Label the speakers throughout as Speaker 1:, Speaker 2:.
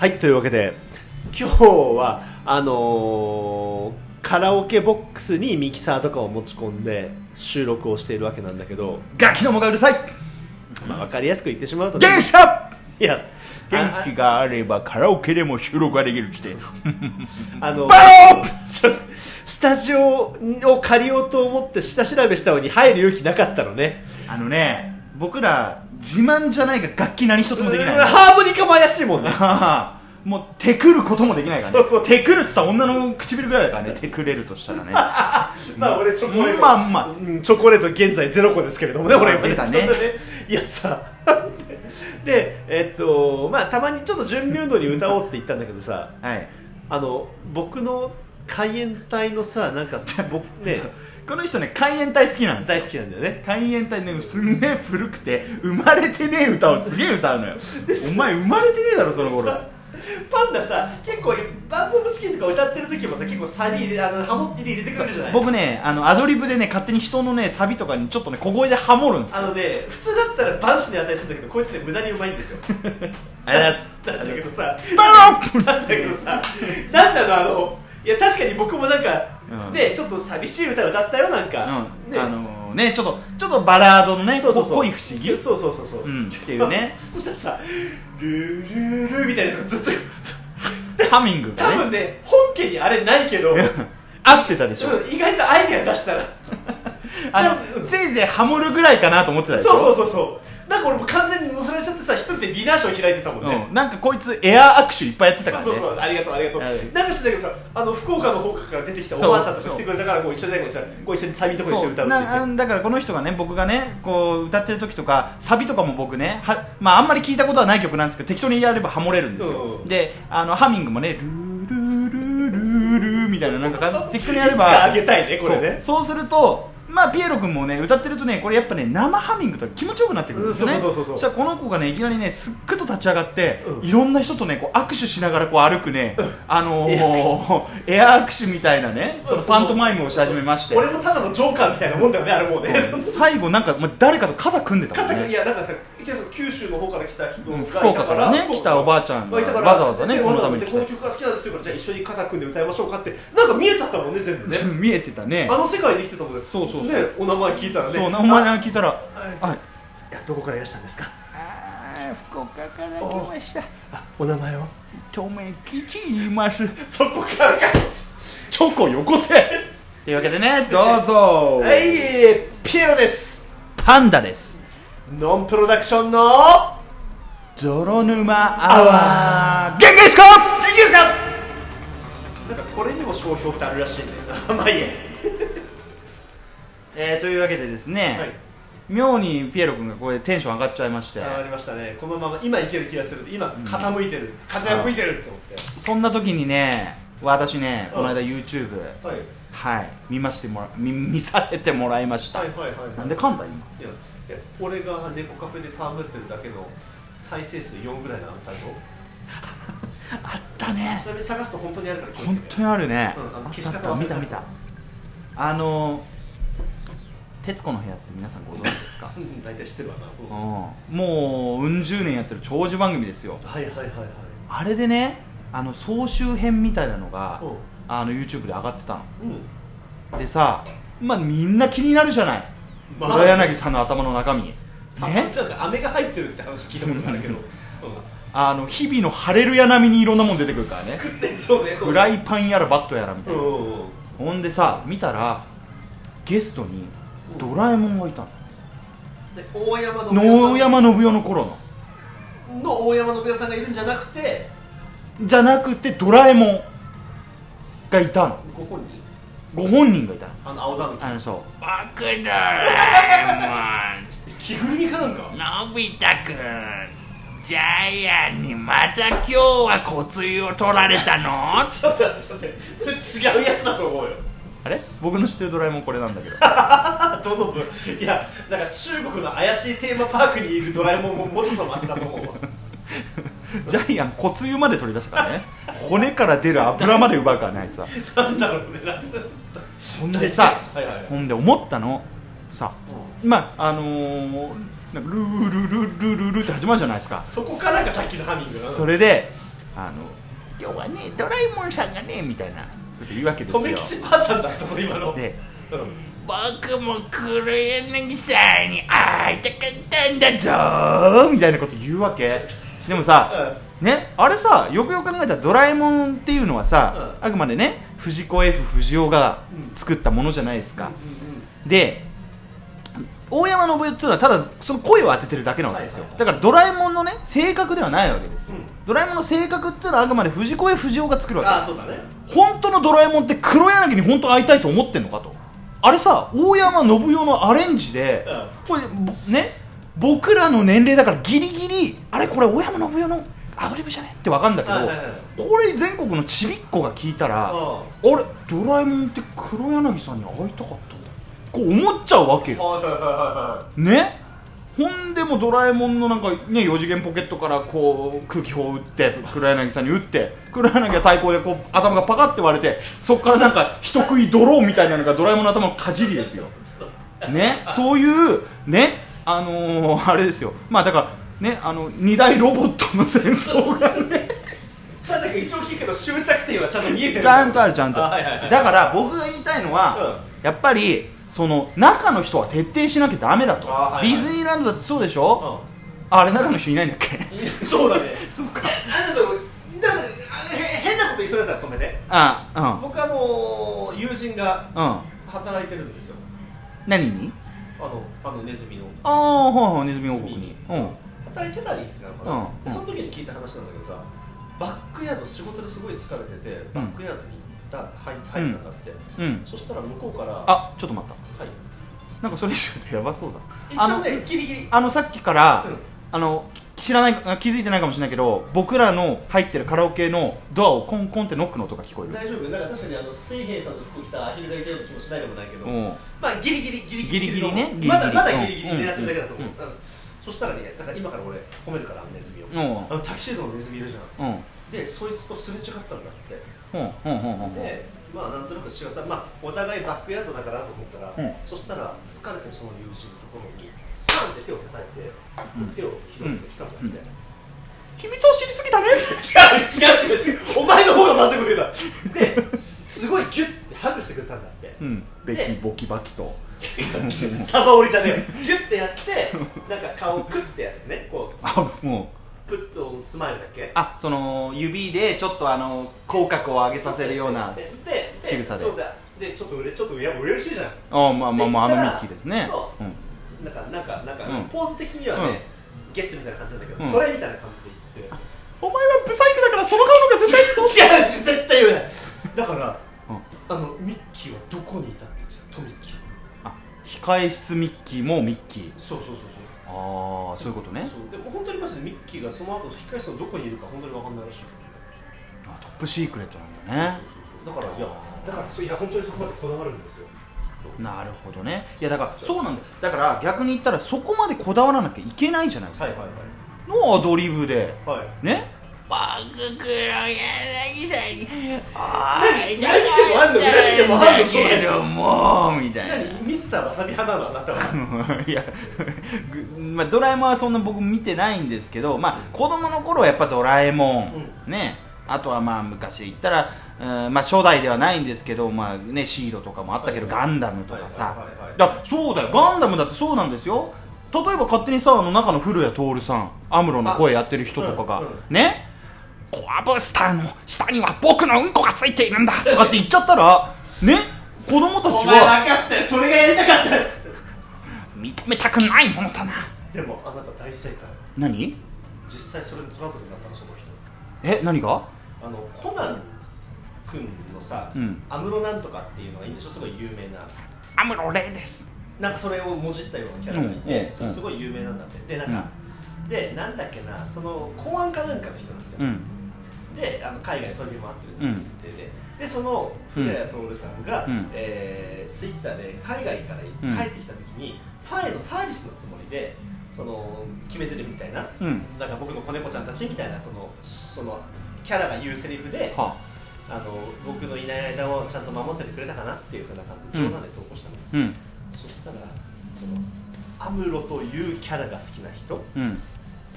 Speaker 1: はいというわけで今日はあのーカラオケボックスにミキサーとかを持ち込んで収録をしているわけなんだけど、
Speaker 2: ガキどもがうるさい
Speaker 1: まあ、分かりやすく言ってしまうとね、
Speaker 2: 元気だ
Speaker 1: いやあ
Speaker 2: 元気があればカラオケでも収録ができるって
Speaker 1: あの
Speaker 2: バロ
Speaker 1: ちょスタジオを借りようと思って下調べしたのに入る勇気なかったのね
Speaker 2: あのね僕ら自慢じゃないが楽器何一つもできないの
Speaker 1: ハーモニカも怪しいもんね
Speaker 2: ああもう手くることもできないからね
Speaker 1: そうそう
Speaker 2: 手くるってさ女の唇ぐらいだから ね手くれるとしたらね
Speaker 1: まあ俺チョコレート、
Speaker 2: まあまあ
Speaker 1: うんチョコレート現在ゼロ個ですけれどもね
Speaker 2: あー
Speaker 1: 俺今
Speaker 2: 出たね
Speaker 1: ちょっと いやさでえっとまあたまにちょっと準備運動に歌おうって言ったんだけどさ
Speaker 2: はい
Speaker 1: あの僕の海援隊のさなん か僕ね
Speaker 2: この人ね海援隊好きなんですよ
Speaker 1: 大好きなんだよね
Speaker 2: 海援隊ねすんげえ古くて生まれてねえ歌をすげえ歌 うのよお前生まれてねえだろその頃
Speaker 1: さパンダさ結構バンボムチキンとか歌ってる時もさ結構サビ入れあのハモって入れてくれるじゃない
Speaker 2: 僕ねあのアドリブでね勝手に人のねサビとかにちょっとね小声でハモるんですよ
Speaker 1: あのね普通だったらバンシに値するんだけどこいつね無駄にうまいんですよ
Speaker 2: ありがとうございま す
Speaker 1: なんだけどさ
Speaker 2: バロッ
Speaker 1: なんだけどさ、なんなのあの、いや確かに僕もなんか、
Speaker 2: うん
Speaker 1: ね、ちょっと寂しい歌歌ったよなんか、
Speaker 2: うん
Speaker 1: ね、
Speaker 2: あのねちょっとちょっとバラードのね
Speaker 1: そうそうそう、
Speaker 2: こ恋不思議
Speaker 1: そうそうそうそう、
Speaker 2: うんっていうね
Speaker 1: そしたらさ、ルールールーみたいなやつずっ
Speaker 2: ハミング
Speaker 1: と、多
Speaker 2: が
Speaker 1: 分
Speaker 2: ね
Speaker 1: ね、本家にあれないけど、うん
Speaker 2: 合ってたでしょ
Speaker 1: 意外とアイデア出したら、
Speaker 2: あ
Speaker 1: 多分
Speaker 2: のせいぜいハモるぐらいかなと思ってたでしょ
Speaker 1: そうそうそうそう、なんか俺も完全に乗せられちゃってさ、一人でディナーショー開いてたもんね。
Speaker 2: うんなんかこいつエアー握手いっぱいやってたからね
Speaker 1: そうそうそうありがとうありがとう、
Speaker 2: はい
Speaker 1: なんかしてたけどさあの福岡の方から出てきたおばあちゃんとか来てくれたからこう一緒にねこう一緒にこう一緒にサビのとこ一緒に歌うって言って
Speaker 2: なだからこの人がね僕がねこう歌ってる時とかサビとかも僕ねは、まあ、あんまり聞いたことはない曲なんですけど適当にやればハモれるんですよ、
Speaker 1: うん
Speaker 2: であのハミングもねルールールールールーみたいななんか感じで適当にやれ
Speaker 1: いつか
Speaker 2: ば
Speaker 1: あげたいねこれね
Speaker 2: そうそうするとまあピエロ君もね歌ってるとねこれやっぱね生ハミングとか気持ちよくなってくるんですよね
Speaker 1: うんそうそうそうそう
Speaker 2: したらこの子がねいきなりねすっくと立ち上がって、
Speaker 1: うん
Speaker 2: いろんな人とねこう握手しながらこう歩くね、あのー、エア握手みたいなねそのパントマイムをし始めまして
Speaker 1: 俺もただのジョーカーみたいなもんだよねあれもうね
Speaker 2: 最後なんか、まあ、誰かと肩組んでたもん
Speaker 1: 肩い
Speaker 2: ね
Speaker 1: やなんかさ池田さん九州の方から来た人が
Speaker 2: うん
Speaker 1: いた
Speaker 2: 福岡からね来たおばあちゃん
Speaker 1: ま
Speaker 2: が
Speaker 1: あいたから
Speaker 2: わざわざね
Speaker 1: で
Speaker 2: こ
Speaker 1: わ
Speaker 2: の
Speaker 1: ざ
Speaker 2: た
Speaker 1: わ
Speaker 2: め
Speaker 1: ざ
Speaker 2: に
Speaker 1: で
Speaker 2: 来
Speaker 1: この
Speaker 2: た
Speaker 1: 曲が好きなんですよからじゃあ一緒に肩組んで歌いましょうかってなんか見えちゃったもんね 全部ね
Speaker 2: 見えてたね
Speaker 1: あの世界で生きてたもんね
Speaker 2: そうそうそう
Speaker 1: ねお名前聞いたらね
Speaker 2: そうな
Speaker 1: あ
Speaker 2: お前なんか聞いたら
Speaker 1: い
Speaker 2: はい
Speaker 1: いやどこからいらしたんですか
Speaker 2: 福岡から
Speaker 1: 来ま
Speaker 2: した
Speaker 1: あお名前を
Speaker 2: とめきち言います
Speaker 1: そこからか
Speaker 2: チョコよこせというわけでねどうぞ
Speaker 1: はいえーピエロです
Speaker 2: パンダです
Speaker 1: ノンプロダクションの
Speaker 2: 泥沼アワー元気ですか元気ですか
Speaker 1: なんかこれにも商標ってあるらしいんだよ なまあいいや
Speaker 2: えー、というわけでですね、
Speaker 1: はい
Speaker 2: 妙にピエロ君がこれテンション上がっちゃいまして
Speaker 1: あーありましたねこのまま今いける気がする今傾いてる、風が吹いてるって思って
Speaker 2: そんな時にね私ねこの間 YouTube、
Speaker 1: はい
Speaker 2: はい見ましてもら見見させてもらいました、
Speaker 1: はいはいはい
Speaker 2: なんで噛んだ今
Speaker 1: いやいや俺が猫カフェで戯れてるだけの再生数4ぐらいのあのサイト
Speaker 2: あったね
Speaker 1: ちなみに探すと本当にあるから気を
Speaker 2: 本
Speaker 1: つけて
Speaker 2: 当にあるね、
Speaker 1: うんあの
Speaker 2: あっ
Speaker 1: 消した
Speaker 2: あっ
Speaker 1: 方
Speaker 2: た
Speaker 1: 忘
Speaker 2: 見
Speaker 1: れた
Speaker 2: た見たあの「徹子の部屋」って皆さんご存知ですか
Speaker 1: うん大体知ってるわな、うんは
Speaker 2: うんもううん十年やってる長寿番組ですよ
Speaker 1: いはいはいはい
Speaker 2: あれでねあの総集編みたいなのが
Speaker 1: うん
Speaker 2: あの YouTube で上がってた
Speaker 1: うん
Speaker 2: のでさまあみんな気になるじゃない、
Speaker 1: まあ
Speaker 2: 黒柳さんの頭の中身
Speaker 1: たま
Speaker 2: ね
Speaker 1: になんか飴が入ってるって話聞いたことあるけど、うん、
Speaker 2: あの日々のハレルヤ並みにいろんなもん出てくるからね
Speaker 1: 作ってそうね
Speaker 2: フライパンやらバットやらみた
Speaker 1: う
Speaker 2: い
Speaker 1: ん
Speaker 2: な、
Speaker 1: うんうん
Speaker 2: ほんでさ見たらゲストにドラえもんがいた
Speaker 1: で大山の
Speaker 2: の能山信代の頃の
Speaker 1: の大山信代さんがいるんじゃなくて
Speaker 2: じゃなくてドラえもんがいたの
Speaker 1: ご本人
Speaker 2: ご本人がいたの
Speaker 1: あの青田の
Speaker 2: あのそう
Speaker 3: バクドラえ
Speaker 1: 着ぐるみかなんか
Speaker 3: もんのび太くんジャイアンにまた今日は骨髄を取られた の
Speaker 1: ちょっと待ってちょっと待ってそれ違うやつだと思うよ
Speaker 2: あれ僕の知ってるドラえもんこれなんだけど
Speaker 1: あどの分いやなんか中国の怪しいテーマパークにいるドラえもんももうちょっとマシだと思うわ
Speaker 2: ジャイアン骨湯まで取り出したからね骨から出る油まで奪うからねあいつは
Speaker 1: なんだろうねなんだろう
Speaker 2: ほんでさ
Speaker 1: はいはいはい
Speaker 2: ほんで思ったのさまああのー、なんかルールルルルルルって始まるじゃないですか
Speaker 1: そこからがさっきのハミングなの
Speaker 2: それであの
Speaker 4: 今日はねドラえもんさんがねみたいな
Speaker 2: こと言うわけですよ
Speaker 1: 留吉ばあちゃんだったぞ今の、
Speaker 2: で
Speaker 1: うん
Speaker 4: 僕も黒柳さんに会いたかったんだぞ
Speaker 2: みたいなこと言うわけでもさ、ねあれさよくよく考えたら「ドラえもん」っていうのはさ、あくまでね藤子 F 不二雄が作ったものじゃないですか、で大山信代っていうのはただその声を当ててるだけなわけですよ、
Speaker 1: はいはい
Speaker 2: だからドラえもんのね性格ではないわけですよ、
Speaker 1: うん
Speaker 2: ドラえもんの性格っていうのはあくまで藤子 F 不二雄が作るわけ
Speaker 1: ああそうだね
Speaker 2: 本当のドラえもんって黒柳に本当会いたいと思ってんのかとあれさ大山信代のアレンジで、これぼね僕らの年齢だからギリギリあれこれ大山信代のアドリブじゃねってわかるんだけど、
Speaker 1: はいはいはい
Speaker 2: これ全国のちびっ子が聞いたら、
Speaker 1: うん
Speaker 2: あれドラえもんって黒柳さんに会いたかったんだこう思っちゃうわけよ
Speaker 1: はいはいは
Speaker 2: ねほんでもうドラえもんのなんかね4次元ポケットからこう空気砲を打って黒柳さんに打って黒柳が対抗でこう頭がパカって割れてそこからなんか人食いドローンみたいなのがドラえもんの頭のかじりですよねそういうねあのー、あれですよまあだからねあの二大ロボットの戦争が ね
Speaker 1: いはいなんだか一応聞くけど終着点はちゃんと見えてる
Speaker 2: ちゃんとあるちゃんと
Speaker 1: はいはいはい
Speaker 2: だから僕が言いたいのは、やっぱりその中の人は徹底しなきゃダメだと、
Speaker 1: あはいはい
Speaker 2: ディズニーランドだってそうでしょ、あれ中の人いないんだっけ
Speaker 1: うんそうだね
Speaker 2: そうか
Speaker 1: あなたもだからあへ変なこと言いそうだったらごめんね
Speaker 2: あ
Speaker 1: 僕あの友人が
Speaker 2: うんうん
Speaker 1: 働いてるんですよ
Speaker 2: 何に
Speaker 1: あのあのネズミの
Speaker 2: ああはいはいネズミ王国にうん
Speaker 1: 働いてたりしてたのかな、
Speaker 2: うん
Speaker 1: でその時に聞いた話なんだけどさバックヤード仕事ですごい疲れててバックヤードに行った入入ったんだって、
Speaker 2: うん
Speaker 1: そしたら向こうからは
Speaker 2: あちょっと待った
Speaker 1: い
Speaker 2: なんかそれちょっとやばそうだ
Speaker 1: 一
Speaker 2: あ
Speaker 1: 応
Speaker 2: の
Speaker 1: ねギリギリ
Speaker 2: あのさっきから、
Speaker 1: うん
Speaker 2: あの知らないか気づいてないかもしれないけど僕らの入ってるカラオケのドアをコンコンってノックの音が聞こえる
Speaker 1: 大丈夫なんか確かにあの水平さんの服着たアヒルがいたような気もしないでもないけど、
Speaker 2: うん
Speaker 1: まあギリギリギリギリ
Speaker 2: ギリギリね
Speaker 1: のまだ
Speaker 2: ギリギリ
Speaker 1: まだギリギリ狙ってるだけだと思う、
Speaker 2: うん
Speaker 1: うんそしたらねなんか今から俺褒めるからあのネズミを、
Speaker 2: うん
Speaker 1: あのタキシードのネズミいるじゃん
Speaker 2: うん
Speaker 1: でそいつとすれ違ったんだって
Speaker 2: うんうんうんうん
Speaker 1: でまあなんとなく柴さん、まあ、お互いバックヤードだからと思ったら、
Speaker 2: うん
Speaker 1: そしたら疲れてるその友人のところにパンって手を叩いて、手を拾ってきたんだって、
Speaker 2: うん
Speaker 1: 違う
Speaker 2: 秘密を知りすぎだね
Speaker 1: 違う違う違うお前の方がまずいこと言うなですすごいギュッてハグしてくれたんだって、
Speaker 2: うんベキボキバキと
Speaker 1: 違うサバ折りじゃねえよギュッてやってなんか顔をクッてやってねこ
Speaker 2: あもう
Speaker 1: うプッとスマイルだっけ
Speaker 2: あその指でちょっとあの口角を上げさせるような
Speaker 1: ででで
Speaker 2: 仕草で
Speaker 1: そうだでちょっとうれちょっとうれ嬉しいじゃん
Speaker 2: あまあまあまああ
Speaker 1: で
Speaker 2: の
Speaker 1: 言っ
Speaker 2: ミ
Speaker 1: たら
Speaker 2: ッキーですね、
Speaker 1: そう
Speaker 2: ん、
Speaker 1: なんかなんかなんか、
Speaker 2: うん
Speaker 1: ポーズ的にはね、ゲッツみたいな感じなんだけど、
Speaker 2: うん
Speaker 1: それみたいな感じで言って
Speaker 2: お前はブサイクだからその顔の方が絶対
Speaker 1: 違う絶対言うないだから、
Speaker 2: うん
Speaker 1: あのミッキーはどこにいたんですかとミッキー
Speaker 2: あ控え室ミッキーもミッキー
Speaker 1: そうそうそうそう
Speaker 2: ああそういうことね
Speaker 1: そうでも本当にマジでミッキーがその後控え室のどこにいるか本当に分かんないらしい
Speaker 2: あトップシークレットなんだね
Speaker 1: だからいやだからそういや本当にそこまでこだわるんですよ
Speaker 2: なるほどねいやだからそうなんだよだから逆に言ったらそこまでこだわらなきゃいけないじゃないですか、
Speaker 1: はいはい
Speaker 2: のアドリブで
Speaker 1: はいはい
Speaker 2: ね
Speaker 4: 僕黒柳さんに会いた
Speaker 1: 何でもあんの何でもあんのそ
Speaker 2: だけ
Speaker 1: れ
Speaker 2: どもうみたいな
Speaker 1: 何ミスターわさび派なのあなたは
Speaker 2: いや、ぐまあ、ドラえもんはそんな僕見てないんですけど、まあ、子供の頃はやっぱドラえもん、ね、あとはまあ昔で言ったら、うんまあ、初代ではないんですけど、まあね、シードとかもあったけど、
Speaker 1: はいは
Speaker 2: ガンダムとかさ
Speaker 1: はいはいはいはい、
Speaker 2: だそうだよ、ガンダムだってそうなんですよ、例えば勝手にさ、あの中の古谷徹さん、アムロの声やってる人とか
Speaker 1: あ
Speaker 2: が
Speaker 1: うんうん、
Speaker 2: ね、コアブースターの下には僕のうんこがついているんだとかって言っちゃったら、ね、子供たちは。
Speaker 1: 分かったよそれがやりたかった
Speaker 4: 認めたくないものだな
Speaker 1: でもあなた大正解
Speaker 2: 何
Speaker 1: 実際それでトラブルになったのその人
Speaker 2: え何が
Speaker 1: あのコナン君のさ、
Speaker 2: うん
Speaker 1: アムロなんとかっていうのがいいんでしょすごい有名な
Speaker 4: アムロレイです
Speaker 1: なんかそれをもじったようなキャラがいて、
Speaker 2: うんうん
Speaker 1: それすごい有名なんだってでなんか、でなんだっけなその公安かなんかの人なんだ
Speaker 2: う
Speaker 1: よ、
Speaker 2: ん
Speaker 1: であの海外飛び回ってるって設定で、でその古谷徹さんが、
Speaker 2: うん
Speaker 1: えーツイッターで海外から
Speaker 2: うん
Speaker 1: 帰ってきた時に、ファンへのサービスのつもりでその決め台詞みたいな、
Speaker 2: うん
Speaker 1: なんか僕の子猫ちゃんたちみたいなそのそのキャラが言うセリフで、
Speaker 2: は
Speaker 1: あの僕のいない間をちゃんと守っててくれたかなっていうふうな感じで冗談で投稿したの、
Speaker 2: うん
Speaker 1: そしたらそのアムロというキャラが好きな人
Speaker 2: うん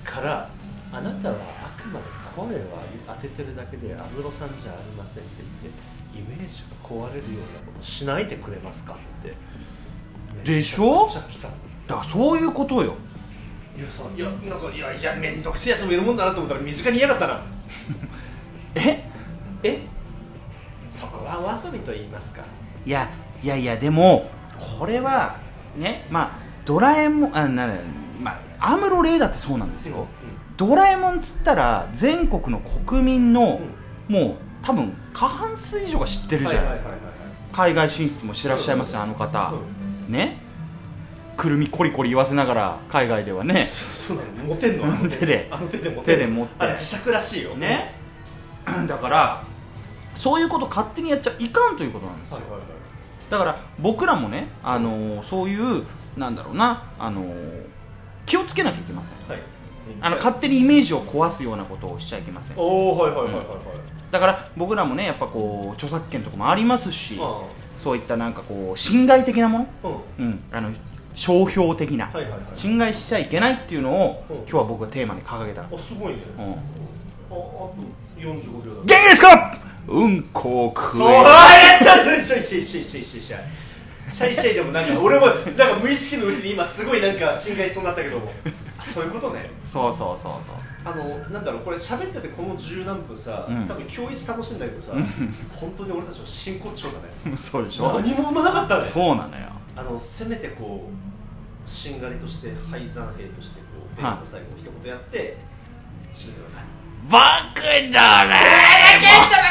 Speaker 1: からあなたはあくまで声を当ててるだけで安室さんじゃありませんって言ってイメージが壊れるようなことしないでくれますかって
Speaker 2: でしょ
Speaker 1: めちゃくちゃ来たの
Speaker 2: だからそういうことよ
Speaker 1: いやそういやなんかいやいや面倒くせえやつもいるもんだなと思ったら身近に嫌だったな
Speaker 2: え
Speaker 1: えそこはお遊びと言いますか
Speaker 2: いやいやいやでもこれはねまあドラえもんあなまあアムロレイだってそうなんですよ、
Speaker 1: うんうん
Speaker 2: ドラえもんっつったら全国の国民の、もう多分過半数以上が知ってるじゃないですか、
Speaker 1: はいはいはいはい
Speaker 2: 海外進出もしてらっしゃいますねあの方、ねくるみコリコリ言わせながら海外ではね
Speaker 1: そうなの持てんのあの
Speaker 2: 手で
Speaker 1: あの手で持て
Speaker 2: 手
Speaker 1: んの
Speaker 2: で持って
Speaker 1: あれ磁石らしいよ
Speaker 2: ね だからそういうこと勝手にやっちゃいかんということなんですよ、
Speaker 1: はいはいはい
Speaker 2: だから僕らもね、あのーそういうなんだろうな、あのー気をつけなきゃいけません
Speaker 1: はい
Speaker 2: あの勝手にイメージを壊すようなことをしちゃいけません
Speaker 1: おおはいはいはいはいはい
Speaker 2: だから僕らもねやっぱこう著作権とかもありますし
Speaker 1: あ
Speaker 2: そういったなんかこう侵害的なもの、
Speaker 1: あうんは
Speaker 2: うん、あの商標的な、
Speaker 1: いはいはい
Speaker 2: 侵害しちゃいけないっていうのを
Speaker 1: うん
Speaker 2: 今日は僕がテーマに掲げた、
Speaker 1: あすごいね
Speaker 2: う
Speaker 1: ああ
Speaker 2: ん、
Speaker 1: と45秒だ
Speaker 2: 元気ですかうんこを食
Speaker 1: そう
Speaker 2: え
Speaker 1: やったぞシャイシャイシャイシャイシャイシャイシャイシャイでもなんか俺もなんか無意識のうちに今すごいなんか侵害しそうになったけどもあそういうことね
Speaker 2: そうそうそうそう
Speaker 1: あのなんだろうこれ喋っててこの十何分さ、
Speaker 2: うん
Speaker 1: 多分今日一楽しいんだけどさ、本当に俺たちの真骨頂だね
Speaker 2: そうそうでしょ
Speaker 1: 何も生まなかったね
Speaker 2: そうなのよ
Speaker 1: あのせめてこうしんがりとして敗残兵としてこうベルの最後の一言やって締めてください
Speaker 3: 僕ドラえもん